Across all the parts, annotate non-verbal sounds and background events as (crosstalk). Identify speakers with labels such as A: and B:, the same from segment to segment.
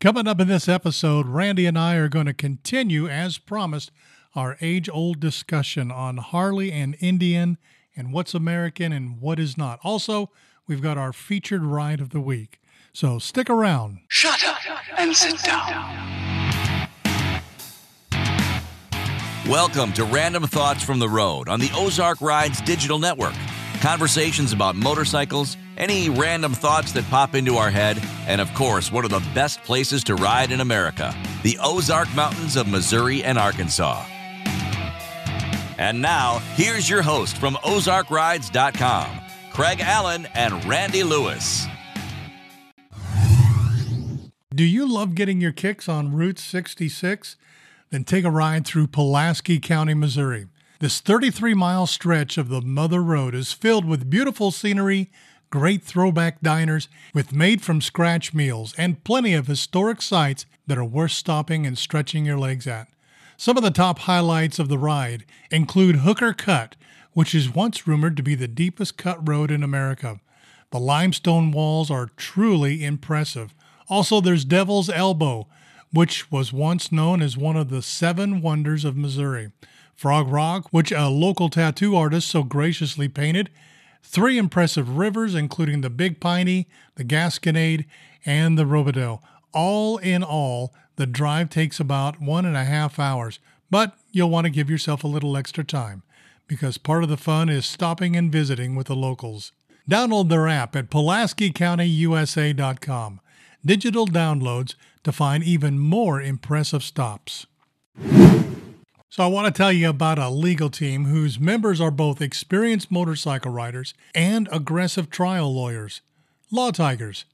A: Coming up in this episode, Randy and I are going to continue, as promised, our age old discussion on Harley and Indian and what's American and what is not. Also, we've got our featured ride of the week. So stick around.
B: Shut up and sit down.
C: Welcome to Random Thoughts from the Road on the Ozark Rides Digital Network. Conversations about motorcycles, any random thoughts that pop into our head, and of course, one of the best places to ride in America the Ozark Mountains of Missouri and Arkansas. And now, here's your host from OzarkRides.com, Craig Allen and Randy Lewis.
A: Do you love getting your kicks on Route 66? Then take a ride through Pulaski County, Missouri. This 33 mile stretch of the Mother Road is filled with beautiful scenery, great throwback diners, with made from scratch meals, and plenty of historic sites that are worth stopping and stretching your legs at. Some of the top highlights of the ride include Hooker Cut, which is once rumored to be the deepest cut road in America. The limestone walls are truly impressive. Also, there's Devil's Elbow, which was once known as one of the seven wonders of Missouri. Frog Rock, which a local tattoo artist so graciously painted. Three impressive rivers, including the Big Piney, the Gasconade, and the Robidoux. All in all, the drive takes about one and a half hours, but you'll want to give yourself a little extra time because part of the fun is stopping and visiting with the locals. Download their app at PulaskiCountyUSA.com. Digital downloads to find even more impressive stops. So, I want to tell you about a legal team whose members are both experienced motorcycle riders and aggressive trial lawyers Law Tigers.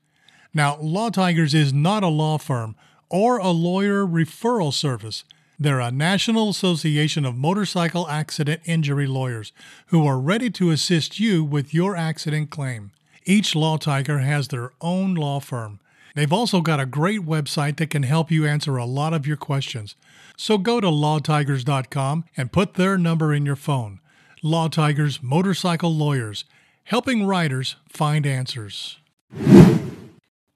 A: Now, Law Tigers is not a law firm or a lawyer referral service. They're a National Association of Motorcycle Accident Injury Lawyers who are ready to assist you with your accident claim. Each Law Tiger has their own law firm. They've also got a great website that can help you answer a lot of your questions. So go to lawtigers.com and put their number in your phone. Law Tigers Motorcycle Lawyers, helping riders find answers.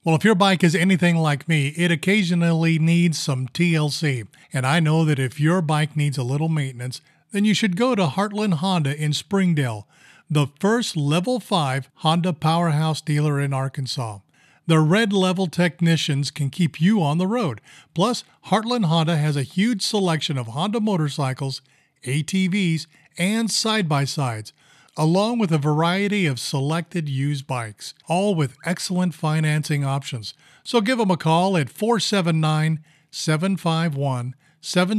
A: Well, if your bike is anything like me, it occasionally needs some TLC. And I know that if your bike needs a little maintenance, then you should go to Heartland Honda in Springdale, the first level 5 Honda powerhouse dealer in Arkansas. The red level technicians can keep you on the road. Plus, Heartland Honda has a huge selection of Honda motorcycles, ATVs, and side by sides along with a variety of selected used bikes, all with excellent financing options. So give them a call at 479 751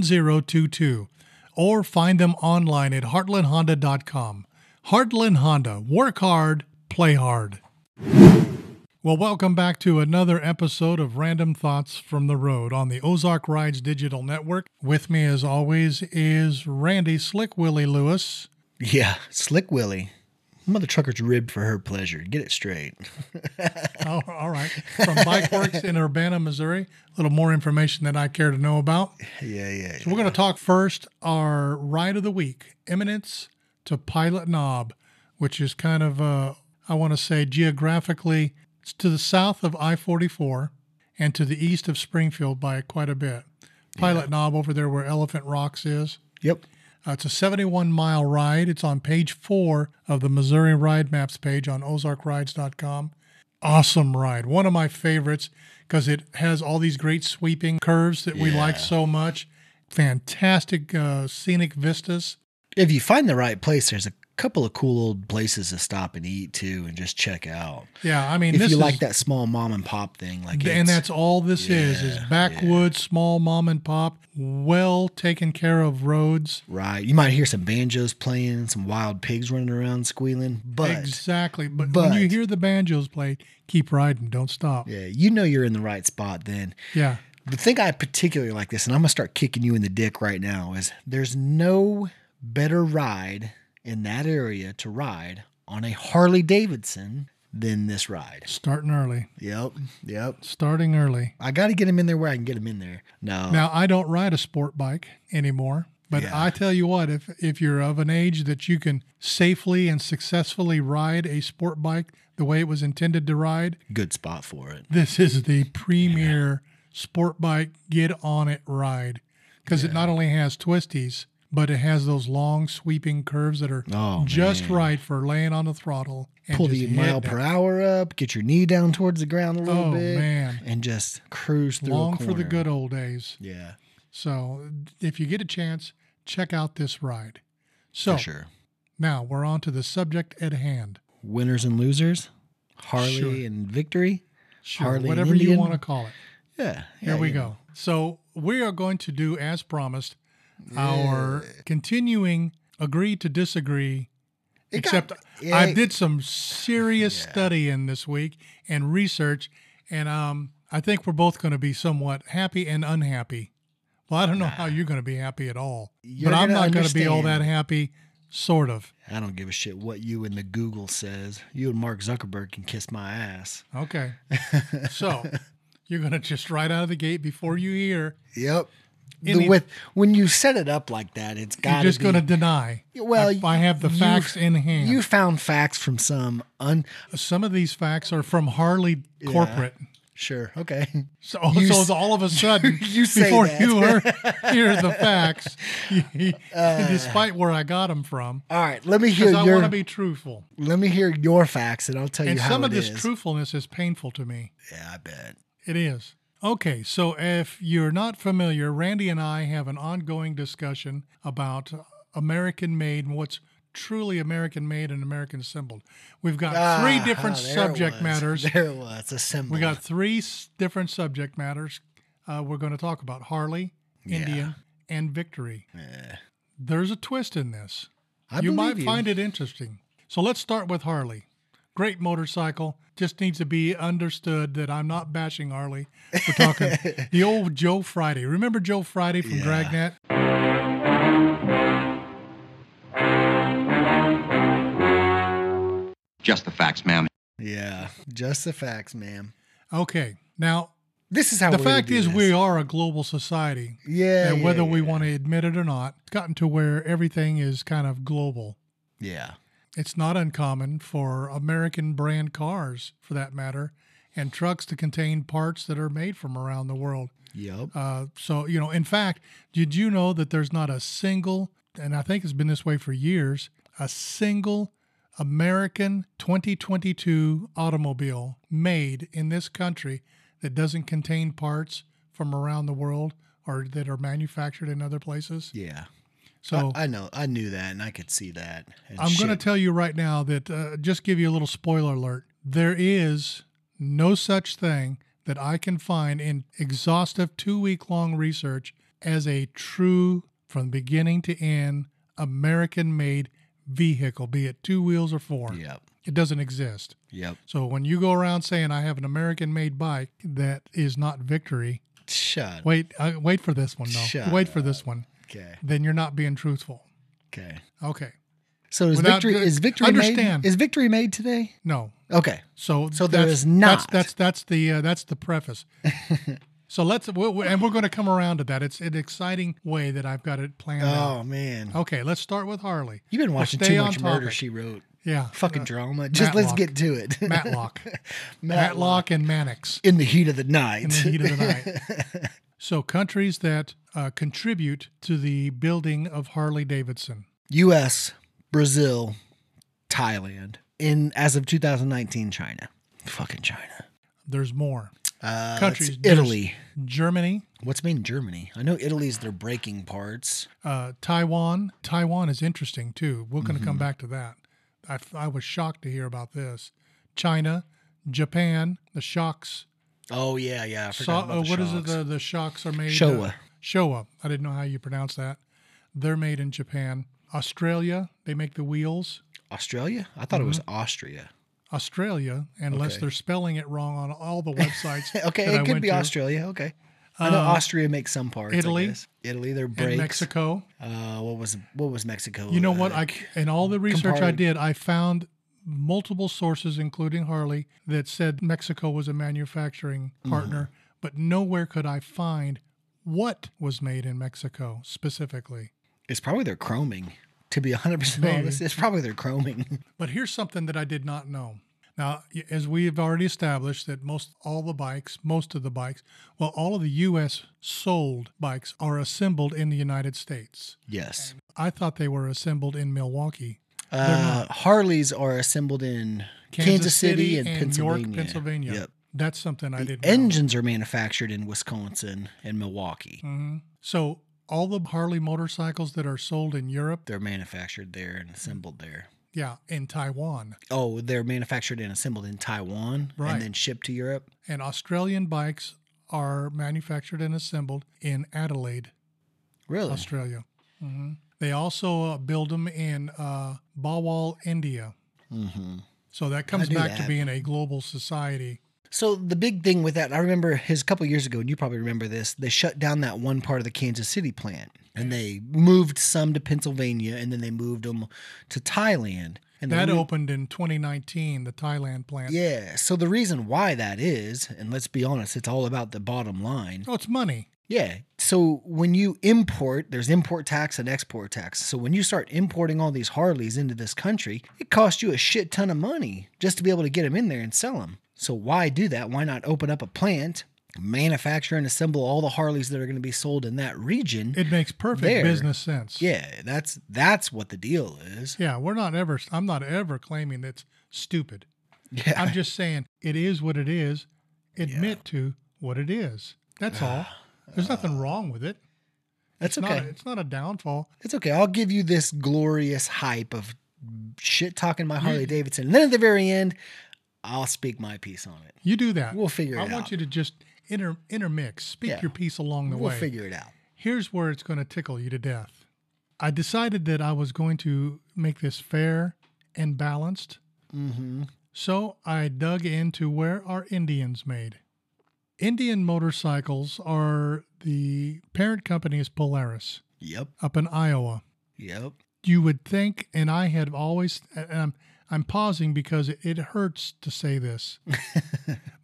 A: 7022 or find them online at heartlandhonda.com. Heartland Honda, work hard, play hard. Well, welcome back to another episode of Random Thoughts from the Road on the Ozark Rides Digital Network. With me, as always, is Randy Slick Willie Lewis.
D: Yeah, Slick Willie. Mother trucker's ribbed for her pleasure. Get it straight.
A: Oh, all right. From Bike Works in Urbana, Missouri. A little more information than I care to know about.
D: Yeah, yeah.
A: So we're going to talk first our ride of the week, Eminence to Pilot Knob, which is kind of, uh, I want to say, geographically, it's to the south of I 44 and to the east of Springfield by quite a bit. Pilot Knob over there where Elephant Rocks is.
D: Yep.
A: Uh, it's a 71 mile ride. It's on page four of the Missouri Ride Maps page on OzarkRides.com. Awesome ride. One of my favorites because it has all these great sweeping curves that we like so much. Fantastic uh, scenic vistas.
D: If you find the right place, there's a couple of cool old places to stop and eat too and just check out.
A: Yeah, I mean,
D: if
A: this
D: you
A: is,
D: like that small mom and pop thing, like
A: and
D: it's-
A: that's all this is is
D: Yeah,
A: backwoods, small mom and pop, well taken care of roads.
D: right. You might hear some banjos playing, some wild pigs running around squealing, but
A: exactly. But, when
D: but-
A: you hear the banjos play, keep riding, don't stop.
D: yeah, you know you're in the right spot then.
A: yeah.
D: The thing I particularly like this, and I'm gonna start kicking you in the dick right now, is there's no better ride in that area to ride on a Harley Davidson than this ride.
A: Starting early.
D: Yep, yep.
A: Starting early.
D: I got to get him in there where I can get him in there. No,
A: Now I don't ride a sport bike anymore, but
D: Yeah.
A: I tell you what, if if you're of an age that you can safely and successfully ride a sport bike the way it was intended to ride,
D: good spot for it.
A: this is the premier sport bike get on it ride because it not only has twisties, but it has those long sweeping curves that are
D: Oh,
A: just
D: man.
A: right for laying on the throttle and
D: Pull
A: just
D: the
A: hitting
D: mile
A: it.
D: per hour up, get your knee down towards the ground a little
A: Oh,
D: bit,
A: man.
D: and just cruise through. a
A: Long for the
D: corner.
A: good old days.
D: Yeah,
A: So if you get a chance, check out this ride. So
D: for sure.
A: now we're on to the subject at hand.
D: Winners and losers, Harley
A: Sure.
D: and victory.
A: Sure,
D: Harley and
A: whatever you
D: Indian.
A: want to call it.
D: Yeah,
A: Here
D: yeah,
A: we
D: you know.
A: go. So we are going to do, as promised, our continuing agree to disagree.
D: It got-
A: except
D: yeah,
A: I
D: it-
A: did some serious studying this week and research, and um, I think we're both going to be somewhat happy and unhappy. Well, I don't know how you're going to be happy at all,
D: You're
A: but I'm
D: gonna
A: not going to be all that
D: understand.
A: happy. Sort of.
D: I don't give a shit what you and the Google says. You and Mark Zuckerberg can kiss my ass. (laughs)
A: Okay. so you're going to just right out of the gate before you hear.
D: Yep.
A: In the-
D: the, with when you set it up like that, it's got
A: You're just going to deny.
D: (laughs) Well,
A: if I have the
D: you-
A: facts in hand.
D: You found facts from some un.
A: Some of these facts are from Harley corporate.
D: Sure.
A: (laughs)
D: Okay.
A: So,
D: You
A: so
D: s-
A: all of a sudden,
D: (laughs) you say
A: before
D: that. (laughs)
A: you hear, hear the facts,
D: Uh.
A: despite where I got them from,
D: All right. Let me hear
A: because I
D: your.
A: want to be truthful.
D: let me hear your facts, and I'll tell
A: And
D: you how
A: some of
D: it
A: this
D: is.
A: truthfulness is painful to me.
D: Yeah, I bet.
A: It is. Okay, so if you're not familiar, Randy and I have an ongoing discussion about American made and what's truly American made and American assembled. We've got three
D: Ah,
A: different
D: there it
A: subject
D: was.
A: matters.
D: (laughs) There it was a symbol.
A: We got three s- different subject matters uh, we're going to talk about Harley, Indian, and Victory. There's a twist in this.
D: I
A: you might
D: believe you.
A: find it interesting. So let's start with Harley. Great motorcycle. Just needs to be understood that I'm not bashing Harley. We're
D: (laughs)
A: talking the old Joe Friday. Remember Joe Friday from Dragnet?
B: Just the facts, ma'am.
D: Yeah, just the facts, ma'am.
A: Okay. Now,
D: This is how
A: the
D: we're
A: fact
D: gonna
A: is,
D: do
A: we
D: this.
A: are a global society.
D: Yeah,
A: and
D: yeah,
A: whether we
D: yeah.
A: want to admit it or not, it's gotten to where everything is kind of global.
D: Yeah.
A: It's not uncommon for American brand cars, for that matter, and trucks to contain parts that are made from around the world.
D: Yep.
A: Uh, so, you know, in fact, did you know that there's not a single, and I think it's been this way for years, a single American 2022 automobile made in this country that doesn't contain parts from around the world or that are manufactured in other places?
D: yeah.
A: So,
D: I know. I knew that, and I could see that. and
A: I'm going to
D: shit.
A: tell you right now that uh, just give you a little spoiler alert. There is no such thing that I can find in exhaustive two week long research as a true, from beginning to end, American made vehicle, be it two wheels or four.
D: Yep.
A: It doesn't exist.
D: Yep.
A: So when you go around saying I have an American made bike that is not victory,
D: Shut.
A: wait, uh, wait for this one though.
D: Shut
A: wait for this one.
D: Okay.
A: Then you're not being truthful.
D: Okay.
A: Okay.
D: So is
A: Without-
D: victory is victory
A: Understand.
D: made? Is victory made today?
A: No,
D: Okay.
A: So,
D: So there
A: that's,
D: is not.
A: That's that's that's the uh, that's the preface.
D: (laughs)
A: so let's we we- and we're going to come around to that. It's an exciting way that I've got it planned. out.
D: Oh man,
A: Okay, let's start with Harley.
D: you've been
A: We'll
D: watching
A: stay
D: too
A: on
D: much Murder
A: topic.
D: She Wrote.
A: yeah,
D: Fucking drama. Just let's
A: Matlock.
D: get to
A: (laughs)
D: it. (laughs)
A: Matlock, Matlock, and Mannix
D: in the heat of the night.
A: in the
D: (laughs)
A: heat of the night. so countries that uh, contribute to the building of Harley Davidson.
D: U.S., Brazil, Thailand, in as of 2019, China. Fucking China.
A: There's more
D: Uh, let's
A: countries.
D: see,
A: There's
D: Italy.
A: Germany,
D: What's made in Germany? I know Italy's their breaking parts.
A: uh, Taiwan. Taiwan is interesting too. We're going to
D: Mm-hmm.
A: come back to that. I, f- I was shocked to hear about this. China, Japan, the shocks.
D: Oh yeah, yeah. I forgot
A: So,
D: about
A: uh,
D: the
A: what is it?
D: shocks.
A: The, the shocks are made.
D: Showa.
A: Uh, Showa. I didn't know how you pronounce that. They're made in Japan. Australia, they make the wheels.
D: Australia? I thought it
A: Mm-hmm.
D: was Austria.
A: Australia, unless
D: Okay.
A: they're spelling it wrong on all
D: (laughs)
A: the websites.
D: Okay,
A: that I
D: it could
A: went
D: be
A: to, Uh,
D: Australia. Okay. I know Austria makes some parts. I
A: Italy.
D: guess. Italy, their
A: And
D: brakes.
A: Mexico.
D: Uh, what was what was Mexico?
A: You know what?
D: uh,
A: I in all the research I
D: compar-
A: did, I found multiple sources, including Harley, that said Mexico was a manufacturing partner, but nowhere could I find what was made in Mexico specifically.
D: it's probably their chroming. To be (laughs) 100 percent
A: Maybe.
D: honest, it's probably their chroming. (laughs)
A: But here's something that I did not know. Now, y- as we have already established, that most all the bikes, most of the bikes, well, all of the U.S. sold bikes are assembled in the United States.
D: Yes.
A: I thought they were assembled in Milwaukee,
D: Uh, Harleys are assembled in Kansas, City, and, Pennsylvania.
A: York, Pennsylvania.
D: Yep.
A: That's something I didn't. know.
D: Engines are manufactured in Wisconsin and Milwaukee.
A: Mm. So all the Harley motorcycles that are sold in Europe,
D: They're manufactured there and assembled there.
A: yeah, in Taiwan,
D: Oh, they're manufactured and assembled in Taiwan
A: Right.
D: and then shipped to Europe.
A: and Australian bikes are manufactured and assembled in Adelaide,
D: Really?
A: Australia. hmm They also uh, build them in uh, Bawal, India.
D: mm-hmm.
A: So that comes
D: knew
A: back to
D: that.
A: being a global society.
D: So the big thing with that, I remember his a couple years ago, and you probably remember this. They shut down that one part of the Kansas City plant, and they moved some to Pennsylvania, and then they moved them to Thailand. And the
A: That
D: re-
A: opened in 2019, the Thailand plant.
D: yeah. So the reason why that is, and let's be honest, it's all about the bottom line.
A: Oh, it's money.
D: Yeah. So when you import, there's import tax and export tax. So when you start importing all these Harleys into this country, it costs you a shit ton of money just to be able to get them in there and sell them. So why do that? Why not open up a plant, manufacture and assemble all the Harleys that are going to be sold in that region?
A: It makes perfect
D: There.
A: business sense.
D: yeah, that's that's what the deal is.
A: Yeah, we're not ever, I'm not ever claiming that's stupid.
D: Yeah.
A: I'm
D: (laughs)
A: just saying it is what it is. Admit to what it is. That's
D: (sighs)
A: all. There's nothing wrong with it.
D: that's
A: It's
D: okay.
A: Not a, it's not a downfall.
D: It's okay. I'll give you this glorious hype of shit talking my
A: Mm.
D: Harley Davidson. And then at the very end, I'll speak my piece on it.
A: You do that.
D: We'll figure
A: I
D: it
A: want
D: out.
A: you to just inter, intermix, speak
D: Yeah.
A: your piece along the
D: We'll
A: way.
D: figure it out.
A: Here's where it's going to tickle you to death. I decided that I was going to make this fair and balanced. Mm-hmm. So I dug into where are Indians made. Indian motorcycles are the parent company is Polaris
D: Yep.
A: up in Iowa.
D: Yep.
A: you would think, and I had always, and I'm, I'm pausing because it, it hurts to say this,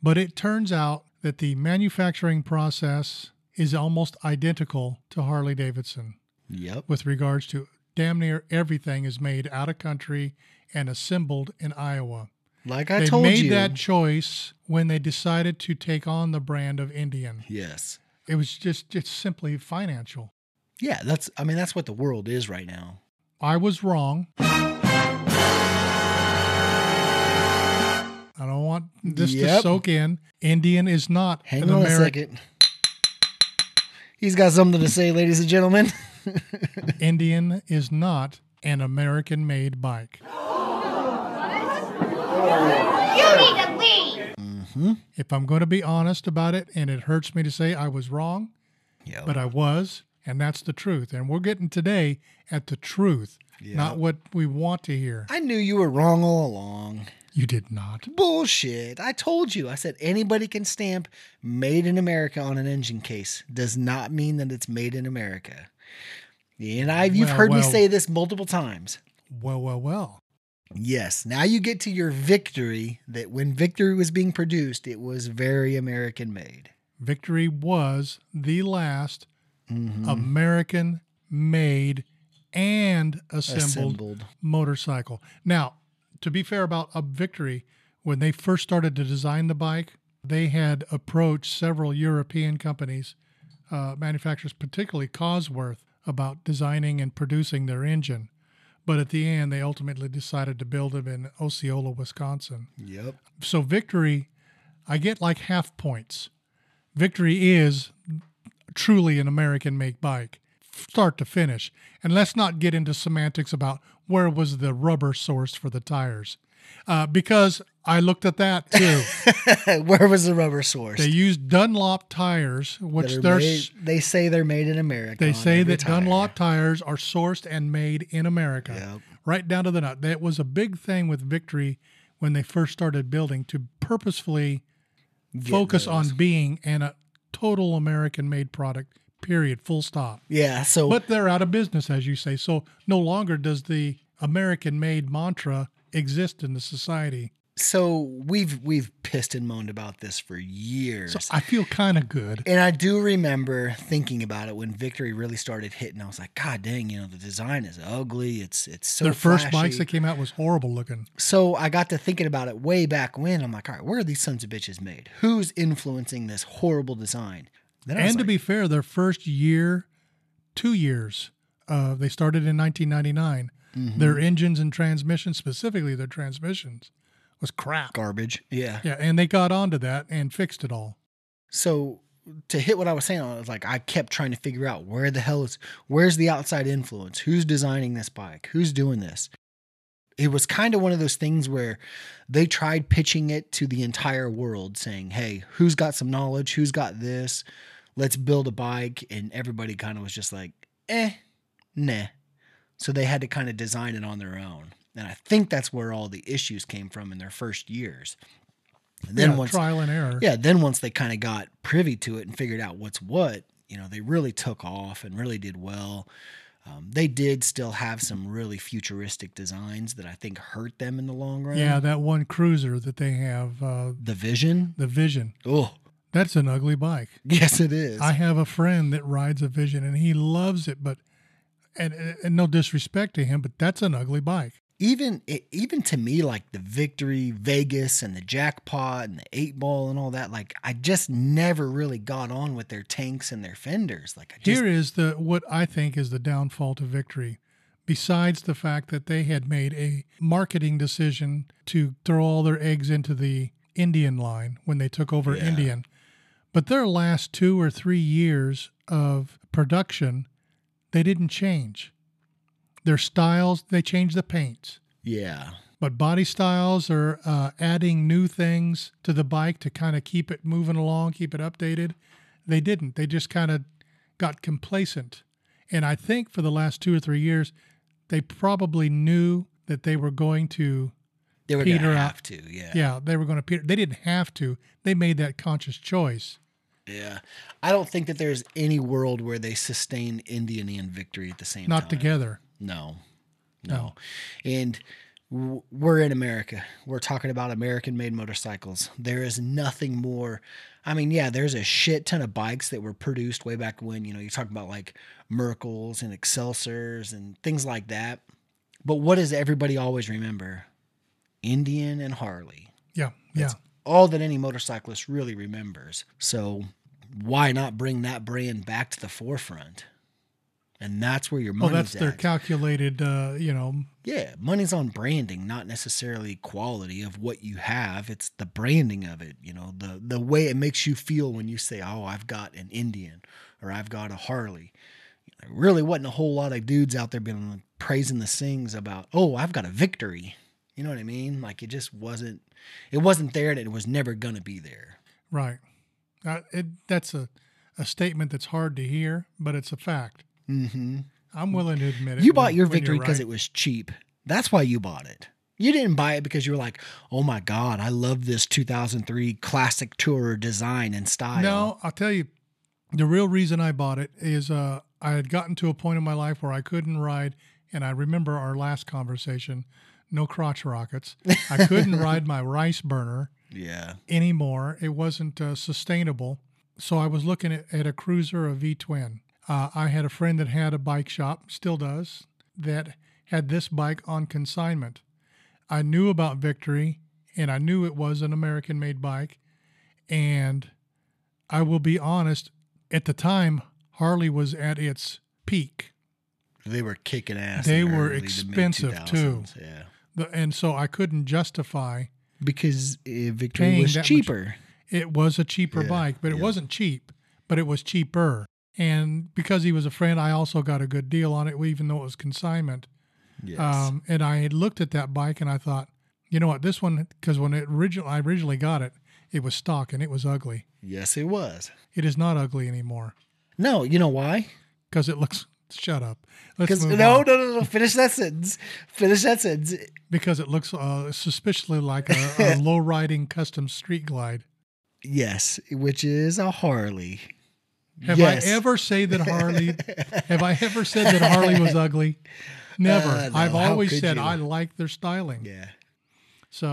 A: but it turns out that the manufacturing process is almost identical to Harley Davidson
D: Yep.
A: with regards to damn near everything is made out of country and assembled in Iowa.
D: Like I
A: they
D: told
A: made
D: you.
A: that choice when they decided to take on the brand of Indian.
D: yes.
A: It was just, just simply financial.
D: Yeah, that's I mean that's what the world is right now.
A: I was wrong. I don't want this to
D: Yep.
A: soak in. Indian is not
D: Hang
A: an
D: on a
A: American.
D: second. He's got something to say, ladies and gentlemen.
A: (laughs)
D: (laughs)
A: Indian is not an American made bike.
E: You need to leave.
A: If I'm going to be honest about it, and it hurts me to say I was wrong,
D: Yep.
A: but I was, and that's the truth. And we're getting today at the truth, not what we want to hear.
D: I knew you were wrong all along.
A: You did not.
D: Bullshit. I told you. I said anybody can stamp made in America on an engine case. Does not mean that it's made in America. And I've you've
A: Well,
D: heard me
A: well.
D: say this multiple times.
A: Well, well, well.
D: Yes. Now you get to your victory that when victory was being produced, it was very American made.
A: Victory was the last American made and assembled,
D: Assembled.
A: motorcycle. Now, to be fair about a victory, when they first started to design the bike, they had approached several European companies, uh, manufacturers, particularly Cosworth, about designing and producing their engine. But at the end, they ultimately decided to build them in Osceola, Wisconsin.
D: Yep.
A: So victory, I get like half points. Victory is truly an American make bike, start to finish. And let's not get into semantics about where was the rubber sourced for the tires, uh, because I looked at that too.
D: (laughs) Where was the rubber source?
A: they used Dunlop tires, which they're s-
D: they say they're made in America.
A: they
D: on
A: say
D: every
A: that
D: tire.
A: Dunlop tires are sourced and made in America,
D: Yep.
A: right down to the nut. That was a big thing with Victory when they first started building to purposefully focus on being an, a total American made product, period, full stop.
D: Yeah. So
A: But they're out of business, as you say. So no longer does the American made mantra exist in the society.
D: So we've we've pissed and moaned about this for years.
A: So I feel kind of good.
D: And I do remember thinking about it when Victory really started hitting. I was like, God dang, you know, the design is ugly. It's it's so
A: Their first
D: flashy."
A: bikes that came out was horrible looking.
D: So I got to thinking about it way back when. I'm like, all right, where are these sons of bitches made? Who's influencing this horrible design? Then I
A: And
D: was
A: to
D: like,
A: be fair, their first year, two years, uh, they started in 1999.
D: Mm-hmm.
A: Their engines and transmissions, specifically their transmissions, was crap.
D: garbage. Yeah.
A: Yeah, and they got onto that and fixed it all.
D: So to hit what I was saying, I was like, I kept trying to figure out where the hell is where's the outside influence? Who's designing this bike? Who's doing this? It was kind of one of those things where they tried pitching it to the entire world, saying, Hey, who's got some knowledge? Who's got this? Let's build a bike. And everybody kind of was just like, eh, nah. So they had to kind of design it on their own. And I think that's where all the issues came from in their first years. And then
A: yeah,
D: once
A: trial and error.
D: yeah, then once they kind of got privy to it and figured out what's what, you know, they really took off and really did well. Um, they did still have some really futuristic designs that I think hurt them in the long run.
A: Yeah, that one cruiser that they have, uh,
D: The Vision.
A: the Vision.
D: Oh,
A: That's an ugly bike.
D: (laughs) yes, it is.
A: I have a friend that rides a Vision and he loves it, but and, and no disrespect to him, but that's an ugly bike.
D: even it, even to me, like the Victory Vegas and the Jackpot and the Eight Ball and all that, like I just never really got on with their tanks and their fenders. Like I just
A: Here is the what I think is the downfall to victory. Besides the fact that they had made a marketing decision to throw all their eggs into the Indian line when they took over Indian, but their last two or three years of production, they didn't change. Their styles, they changed the paints,
D: yeah,
A: but body styles are uh, adding new things to the bike to kind of keep it moving along, keep it updated. They didn't. They just kind of got complacent. And I think for the last two or three years, they probably knew that they were going to,
D: they were
A: Peter uh,
D: gonna
A: out.
D: have to. Yeah,
A: yeah, they were going to peter. They didn't have to. They made that conscious choice.
D: Yeah. I don't think that there's any world where they sustain Indian and victory at the same
A: Not
D: time.
A: together.
D: No. No. And w- we're in America. We're talking about American made motorcycles. There is nothing more. I mean, yeah, there's a shit ton of bikes that were produced way back when, you know, you're talking about like Merkles and Excelsiors and things like that. But what does everybody always remember? Indian and Harley
A: Yeah, yeah.
D: all that any motorcyclist really remembers. So why not bring that brand back to the forefront? And that's where your
A: Well,
D: money's
A: Oh, that's their
D: at.
A: calculated. Uh, you know,
D: yeah, money's on branding, not necessarily quality of what you have. It's the branding of it, you know, the the way it makes you feel when you say, "Oh, I've got an Indian or I've got a Harley." There really wasn't a whole lot of dudes out there being like, praising the things about, "Oh, I've got a victory." You know what I mean? Like it just wasn't it wasn't there and it was never going to be there.
A: right. Uh, it, that's a, a statement that's hard to hear, but it's a fact.
D: Mm-hmm.
A: I'm willing to admit it.
D: You
A: when-
D: bought your
A: when you're
D: victory because
A: right.
D: it was cheap. That's why you bought it. You didn't buy it because you were like, "Oh my god, I love this 2003 classic tourer design and style."
A: No, I'll tell you, the real reason I bought it is uh, I had gotten to a point in my life where I couldn't ride, and I remember our last conversation. No crotch rockets. I
D: (laughs)
A: couldn't ride my rice burner
D: Yeah.
A: anymore. It wasn't uh, sustainable. So I was looking at, at a cruiser, a V twin. Uh, I had a friend that had a bike shop, still does, that had this bike on consignment. I knew about Victory and I knew it was an American made bike. And I will be honest, at the time, Harley was at its peak.
D: They were kicking ass.
A: They
D: in the
A: were
D: early to
A: expensive,
D: mid-2000s. Yeah.
A: The, and so I couldn't justify
D: Because uh, victory
A: Paying
D: was
A: that much-
D: cheaper.
A: it was a cheaper
D: Yeah,
A: bike, but it
D: yeah.
A: wasn't cheap, but it was cheaper. And because he was a friend, I also got a good deal on it, even though it was consignment.
D: Yes.
A: Um, and I had looked at that bike and I thought, you know what, this one, because when it originally, I originally got it, it was stock and it was ugly.
D: yes, it was.
A: It is not ugly anymore
D: No, you know why?
A: because it looks. (laughs) Shut up. Let's
D: Because
A: move
D: no,
A: on.
D: no, no, no. Finish that sentence. Finish that sentence.
A: Because it looks uh, suspiciously like
D: (laughs)
A: a, a low riding custom street glide.
D: Yes, which is a Harley.
A: Have
D: Yes.
A: I ever said that
D: (laughs)
A: Harley? have I ever said that Harley was ugly? Never.
D: Uh, no,
A: I've
D: how
A: always
D: could
A: said
D: you?
A: I like their styling.
D: Yeah.
A: So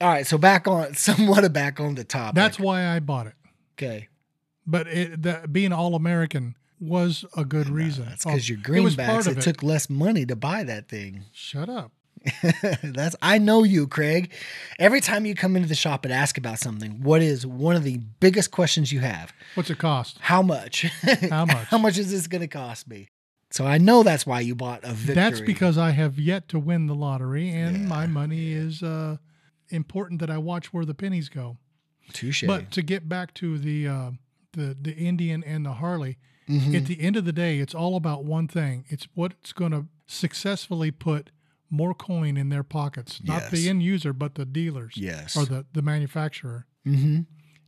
D: All right, so back on (laughs) somewhat back on the topic.
A: That's why I bought it.
D: okay.
A: But it, that being all American was a good reason.
D: That's
A: Oh,
D: because your
A: it was
D: greenbacks.
A: part of
D: It, took less money to buy that thing. (laughs)
A: Shut up.
D: That's I know you, Craig. Every time you come into the shop and ask about something, what is one of the biggest questions you have?
A: What's it cost?
D: How much? (laughs)
A: How much?
D: How much is this going to cost me? So I know that's why you bought a victory.
A: That's because I have yet to win the lottery, and my money is uh, important that I watch where the pennies go.
D: touche.
A: But to get back to the uh, the the Indian and the Harley,
D: Mm-hmm.
A: at the end of the day, it's all about one thing. It's what's going to successfully put more coin in their pockets, not
D: Yes.
A: the end user, but the dealers,
D: Yes.
A: or the the manufacturer.
D: hmm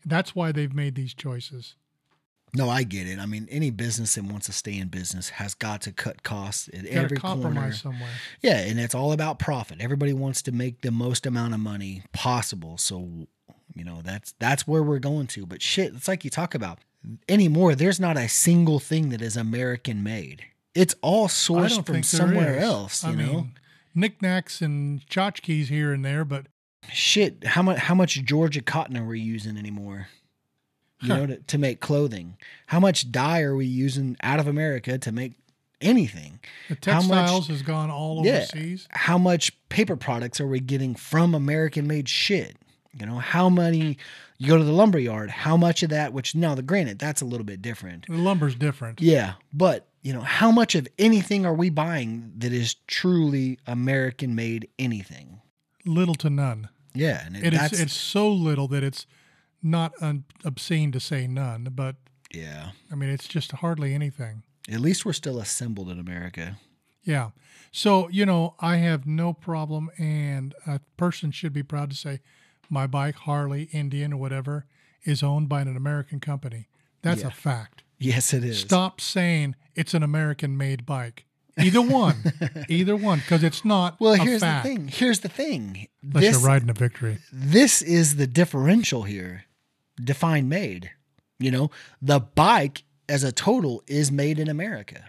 A: That's why they've made these choices.
D: No, I get it. I mean, any business that wants to stay in business has got to cut costs at
A: Got to
D: every corner.
A: compromise somewhere.
D: Yeah, and it's all about profit. Everybody wants to make the most amount of money possible. So, you know, that's that's where we're going to. But shit, it's like you talk about anymore. There's not a single thing that is American made. It's all
A: I
D: sourced
A: don't
D: from
A: think there
D: somewhere
A: is.
D: else. You
A: I
D: know,
A: mean, knickknacks and tchotchkes here and there, but
D: shit. How much how much Georgia cotton are we using anymore? You
A: Huh.
D: know, to, to make clothing. How much dye are we using out of America to make anything?
A: the
D: How much-
A: textiles has gone all
D: Yeah.
A: overseas.
D: how much paper products are we getting from American made shit? You know, how many you go to the lumber yard, how much of that, which now the granite, that's a little bit different.
A: The lumber's different.
D: Yeah. But, you know, how much of anything are we buying that is truly American made anything?
A: Little to none.
D: Yeah. And
A: It
D: that's,
A: is, it's so little that it's not un- obscene to say none, but
D: yeah.
A: I mean, it's just hardly anything.
D: At least we're still assembled in America.
A: Yeah. So, you know, I have no problem, and a person should be proud to say my bike, Harley, Indian, or whatever, is owned by an American company. That's a fact.
D: Yes, it is.
A: Stop saying it's an American made bike. Either
D: (laughs)
A: one, either one, because it's not.
D: Well,
A: a
D: here's
A: fact.
D: the thing. Here's the thing.
A: Unless
D: This,
A: you're riding a victory.
D: this is the differential here define made you know the bike as a total is made in america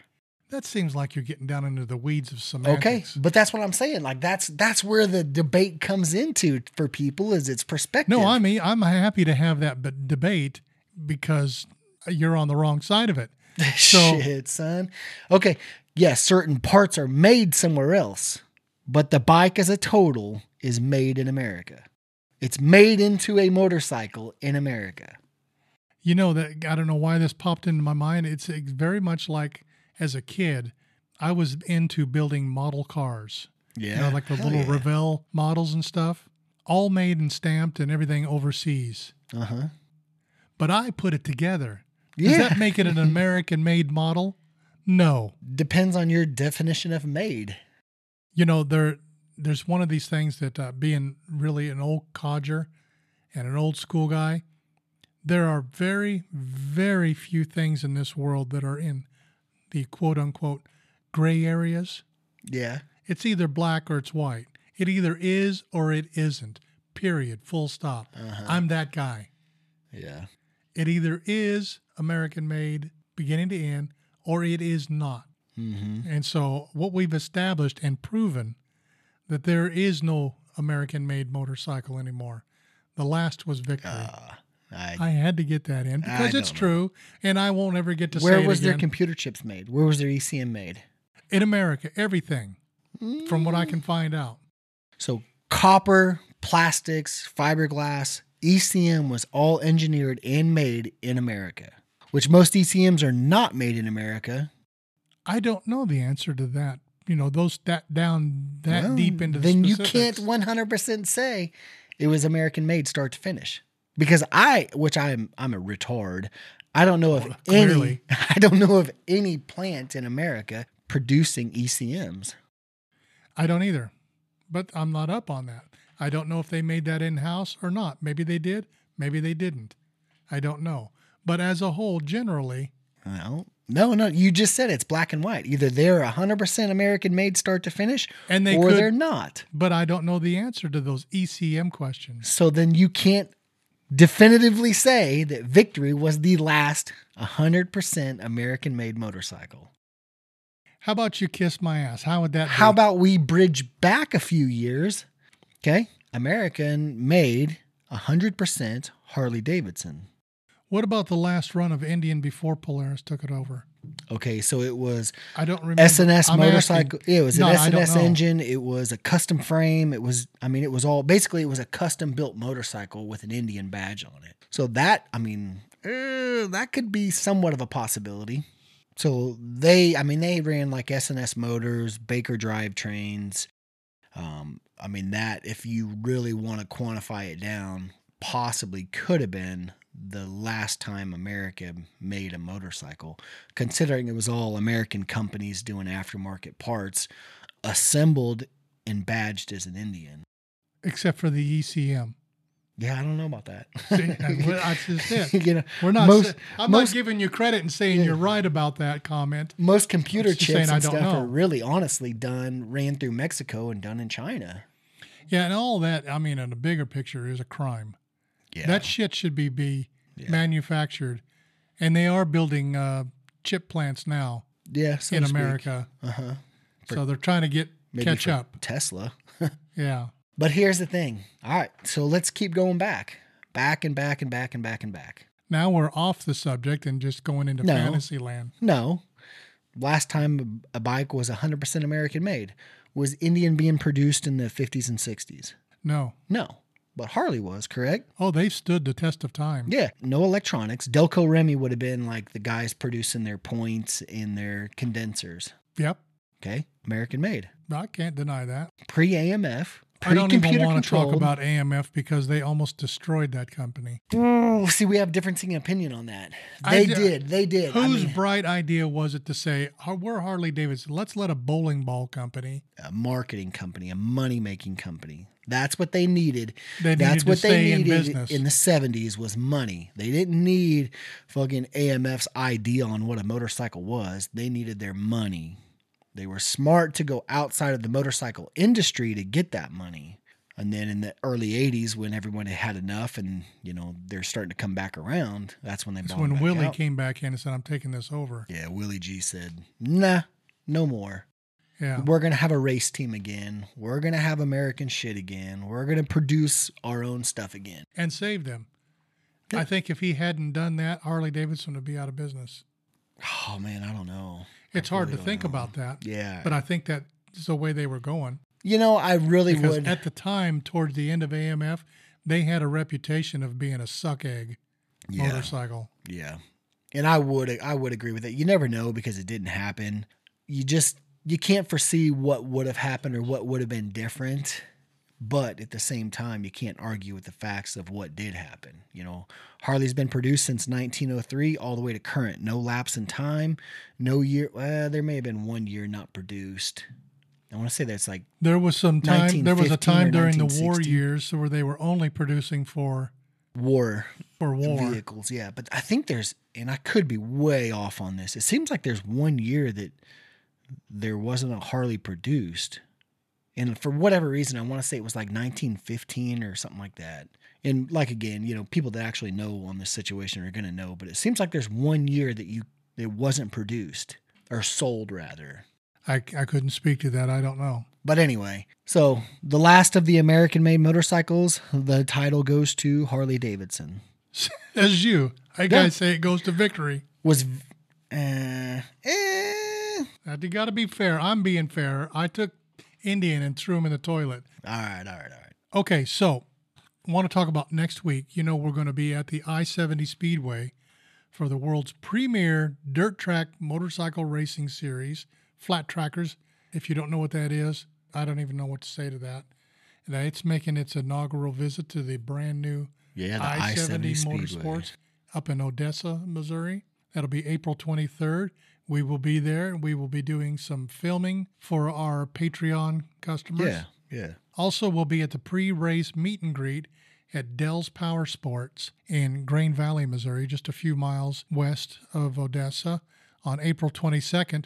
A: That seems like you're getting down into the weeds of
D: okay
A: semantics.
D: but that's what i'm saying like that's that's where the debate comes into for people is its perspective
A: No,
D: (laughs)
A: I mean I'm happy to have that b- debate because you're on the wrong side of
D: (laughs)
A: it. So
D: shit son okay yes certain parts are made somewhere else but the bike as a total is made in america it's made into a motorcycle in america
A: you know that I don't know why this popped into my mind. It's uh, very much like as a kid, I was into building model cars.
D: yeah
A: You know, like the little Revell models and stuff, all made and stamped and everything overseas.
D: uh-huh
A: But I put it together. Does
D: Yeah.
A: that make it an
D: (laughs)
A: American-made model? No.
D: depends on your definition of made
A: you know there there's one of these things that uh, being really an old codger and an old school guy there are very very few things in this world that are in the quote unquote gray areas
D: Yeah.
A: it's either black or it's white it either is or it isn't period full stop i'm that guy
D: Yeah.
A: it either is american made beginning to end or it is not
D: Mm-hmm.
A: and so, what we've established and proven that there is no American made motorcycle anymore. The last was Victory.
D: I,
A: I had to get that in because it's
D: don't know.
A: true, and I won't ever get to
D: where
A: say it
D: was their
A: again.
D: computer chips made? Where was their ECM made?
A: in America. Everything, from what I
D: Mm.
A: can find out,
D: So copper, plastics, fiberglass, ECM was all engineered and made in America, which most ECMs are not made in America.
A: I don't know the answer to that. You know, those that down that
D: Well,
A: deep into the
D: then you can't
A: specifics.
D: 100% say it was American made start to finish because I, which I'm, I'm a retard. I don't know if any,
A: clearly.
D: (laughs) I don't know of any plant in America producing E ECMs.
A: I don't either, but I'm not up on that. I don't know if they made that in house or not. Maybe they did. Maybe they didn't. I don't know. But as a whole, generally,
D: Well, no, no. You just said it's black and white. Either they're 100% American made start to finish,
A: And they
D: or
A: could-
D: they're not.
A: but I don't know the answer to those ECM questions.
D: So then you can't definitively say that Victory was the last 100% American made motorcycle.
A: How about you kiss my ass? How would that?
D: How
A: be?
D: about we bridge back a few years? Okay. American made 100% Harley Davidson.
A: What about the last run of Indian before Polaris took it over?
D: Okay, so it was
A: I don't remember.
D: S&S
A: I'm
D: motorcycle.
A: asking-
D: it was an
A: No, I don't
D: S&S
A: know.
D: engine. It was a custom frame. It was, I mean, it was all basically it was a custom built motorcycle with an Indian badge on it. So that, I mean, eh, that could be somewhat of a possibility. So they, I mean, they ran like S&S motors, Baker drivetrains. Um, I mean, that if you really want to quantify it down, possibly could have been the last time America made a motorcycle considering it was all American companies doing aftermarket parts, assembled and badged as an Indian.
A: Except for the ECM.
D: Yeah, I don't know about that.
A: See,
D: (laughs)
A: and we- (laughs) that's just it.
D: you know,
A: We're not.
D: most,
A: sa- I'm
D: most,
A: not giving you credit and saying you're right about that comment.
D: most computer
A: I'm just saying
D: chips
A: I
D: and
A: don't
D: stuff
A: know.
D: are really honestly done, ran through Mexico and done in China.
A: Yeah, and all that. I mean, in the bigger picture, is a crime.
D: Yeah.
A: That shit should be be manufactured, and they are building uh, chip plants now
D: yeah, so
A: in
D: to speak.
A: America.
D: Uh-huh.
A: So they're trying to get
D: Maybe
A: catch
D: for
A: up.
D: Tesla.
A: Yeah.
D: But here's the thing. All right, so let's keep going back. Back and back and back and back and back.
A: Now we're off the subject and just going into
D: No.
A: fantasy land.
D: No. Last time a bike was 100% American made. Was Indian being produced in the 50s and 60s?
A: No.
D: No. But Harley was, correct?
A: Oh, they've stood the test of time.
D: Yeah. No electronics. Delco Remy would have been like the guys producing their points and their condensers.
A: Yep.
D: Okay. American made.
A: I can't deny that.
D: Pre AMF.
A: I
D: Pre
A: don't even
D: computer
A: want to talk
D: controlled.
A: about AMF because they almost destroyed that company.
D: Ooh, see, we have differencing opinion on that.
A: I
D: They
A: d-
D: did. They did. I
A: Whose
D: mean,
A: bright idea was it to say, "Har- we're Harley Davidson, let's let a bowling ball company?
D: a marketing company, a money making company. That's what they needed.
A: They needed
D: That's
A: to
D: what
A: stay
D: they
A: in
D: needed
A: business.
D: in the seventies was money. They didn't need fucking AMF's idea on what a motorcycle was. They needed their money. They were smart to go outside of the motorcycle industry to get that money. And then in the early '80s, when everyone had had enough, and you know they're starting to come back around, that's when they.
A: That's
D: bought
A: when
D: back
A: Willie
D: out.
A: came back in and said, I'm taking this over.
D: Yeah, Willie G said, "Nah, no more."
A: Yeah.
D: We're going to have a race team again. We're going to have American shit again. We're going to produce our own stuff again.
A: And saved them.
D: Yeah.
A: I think if he hadn't done that, Harley Davidson would be out of business.
D: Oh, man, I don't know.
A: It's hard to think about that.
D: Yeah.
A: But I think that is the way they were going.
D: You know, I really
A: Because
D: would.
A: at the time, towards the end of AMF, they had a reputation of being a suck egg
D: Yeah.
A: motorcycle.
D: yeah. And I would I would agree with it. You never know because it didn't happen. You just you can't foresee what would have happened or what would have been different. But at the same time, you can't argue with the facts of what did happen. You know, Harley's been produced since 1903 all the way to current. No lapse in time, no year. Well, there may have been one year not produced. I want to say that's like
A: There was some time. There was a
D: 1915 or
A: time during the war
D: 1916.
A: years where they were only producing for
D: war
A: for war.
D: vehicles. Yeah, but I think there's, and I could be way off on this. It seems like there's one year that there wasn't a Harley produced, and for whatever reason, I want to say it was like 1915 or something like that. And like again, you know, people that actually know on this situation are gonna know, but it seems like there's one year that you it wasn't produced or sold rather.
A: I I couldn't speak to that. I don't know.
D: But anyway, so the last of the American-made motorcycles, the title goes to Harley Davidson.
A: As you, I
D: Yeah.
A: guys say it goes to victory.
D: was uh, eh.
A: That you got to be fair. I'm being fair. I took Indian and threw him in the toilet.
D: all right, all right, all right.
A: Okay, so want to talk about next week. You know, we're going to be at the I 70 Speedway for the world's premier dirt track motorcycle racing series, Flat Trackers. If you don't know what that is, I don't even know what to say to that. And It's making its inaugural visit to the brand new
D: Yeah, the
A: I
D: I-70
A: 70
D: Speedway.
A: Motorsports up in Odessa, Missouri. That'll be April 23rd. We will be there and we will be doing some filming for our Patreon customers.
D: Yeah, yeah. (laughs)
A: Also, we'll be at the pre race meet and greet at Dell's Power Sports in Grain Valley, Missouri, just a few miles west of Odessa on April 22nd.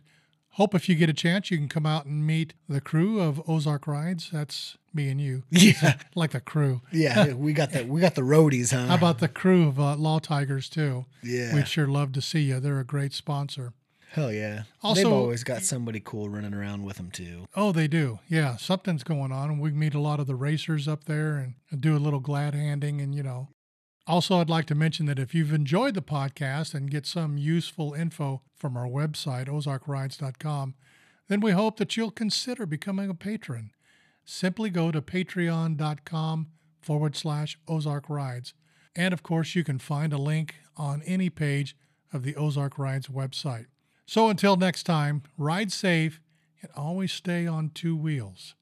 A: Hope if you get a chance, you can come out and meet the crew of Ozark Rides. That's me and you,
D: Yeah,
A: like the crew.
D: yeah. We got the we got the roadies, huh?
A: How about the crew of uh, Law Tigers, too?
D: Yeah.
A: We'd sure love to see you. They're a great sponsor.
D: Hell yeah.
A: Also-
D: They've always got somebody cool running around with them too.
A: Oh, they do. Yeah, something's going on, and we meet a lot of the racers up there and do a little glad handing, and you know. Also, I'd like to mention that if you've enjoyed the podcast and get some useful info from our website, ozarkrides.com, then we hope that you'll consider becoming a patron. Simply go to patreon.com forward slash Ozark Rides. And of course, you can find a link on any page of the Ozark Rides website. So until next time, ride safe and always stay on two wheels.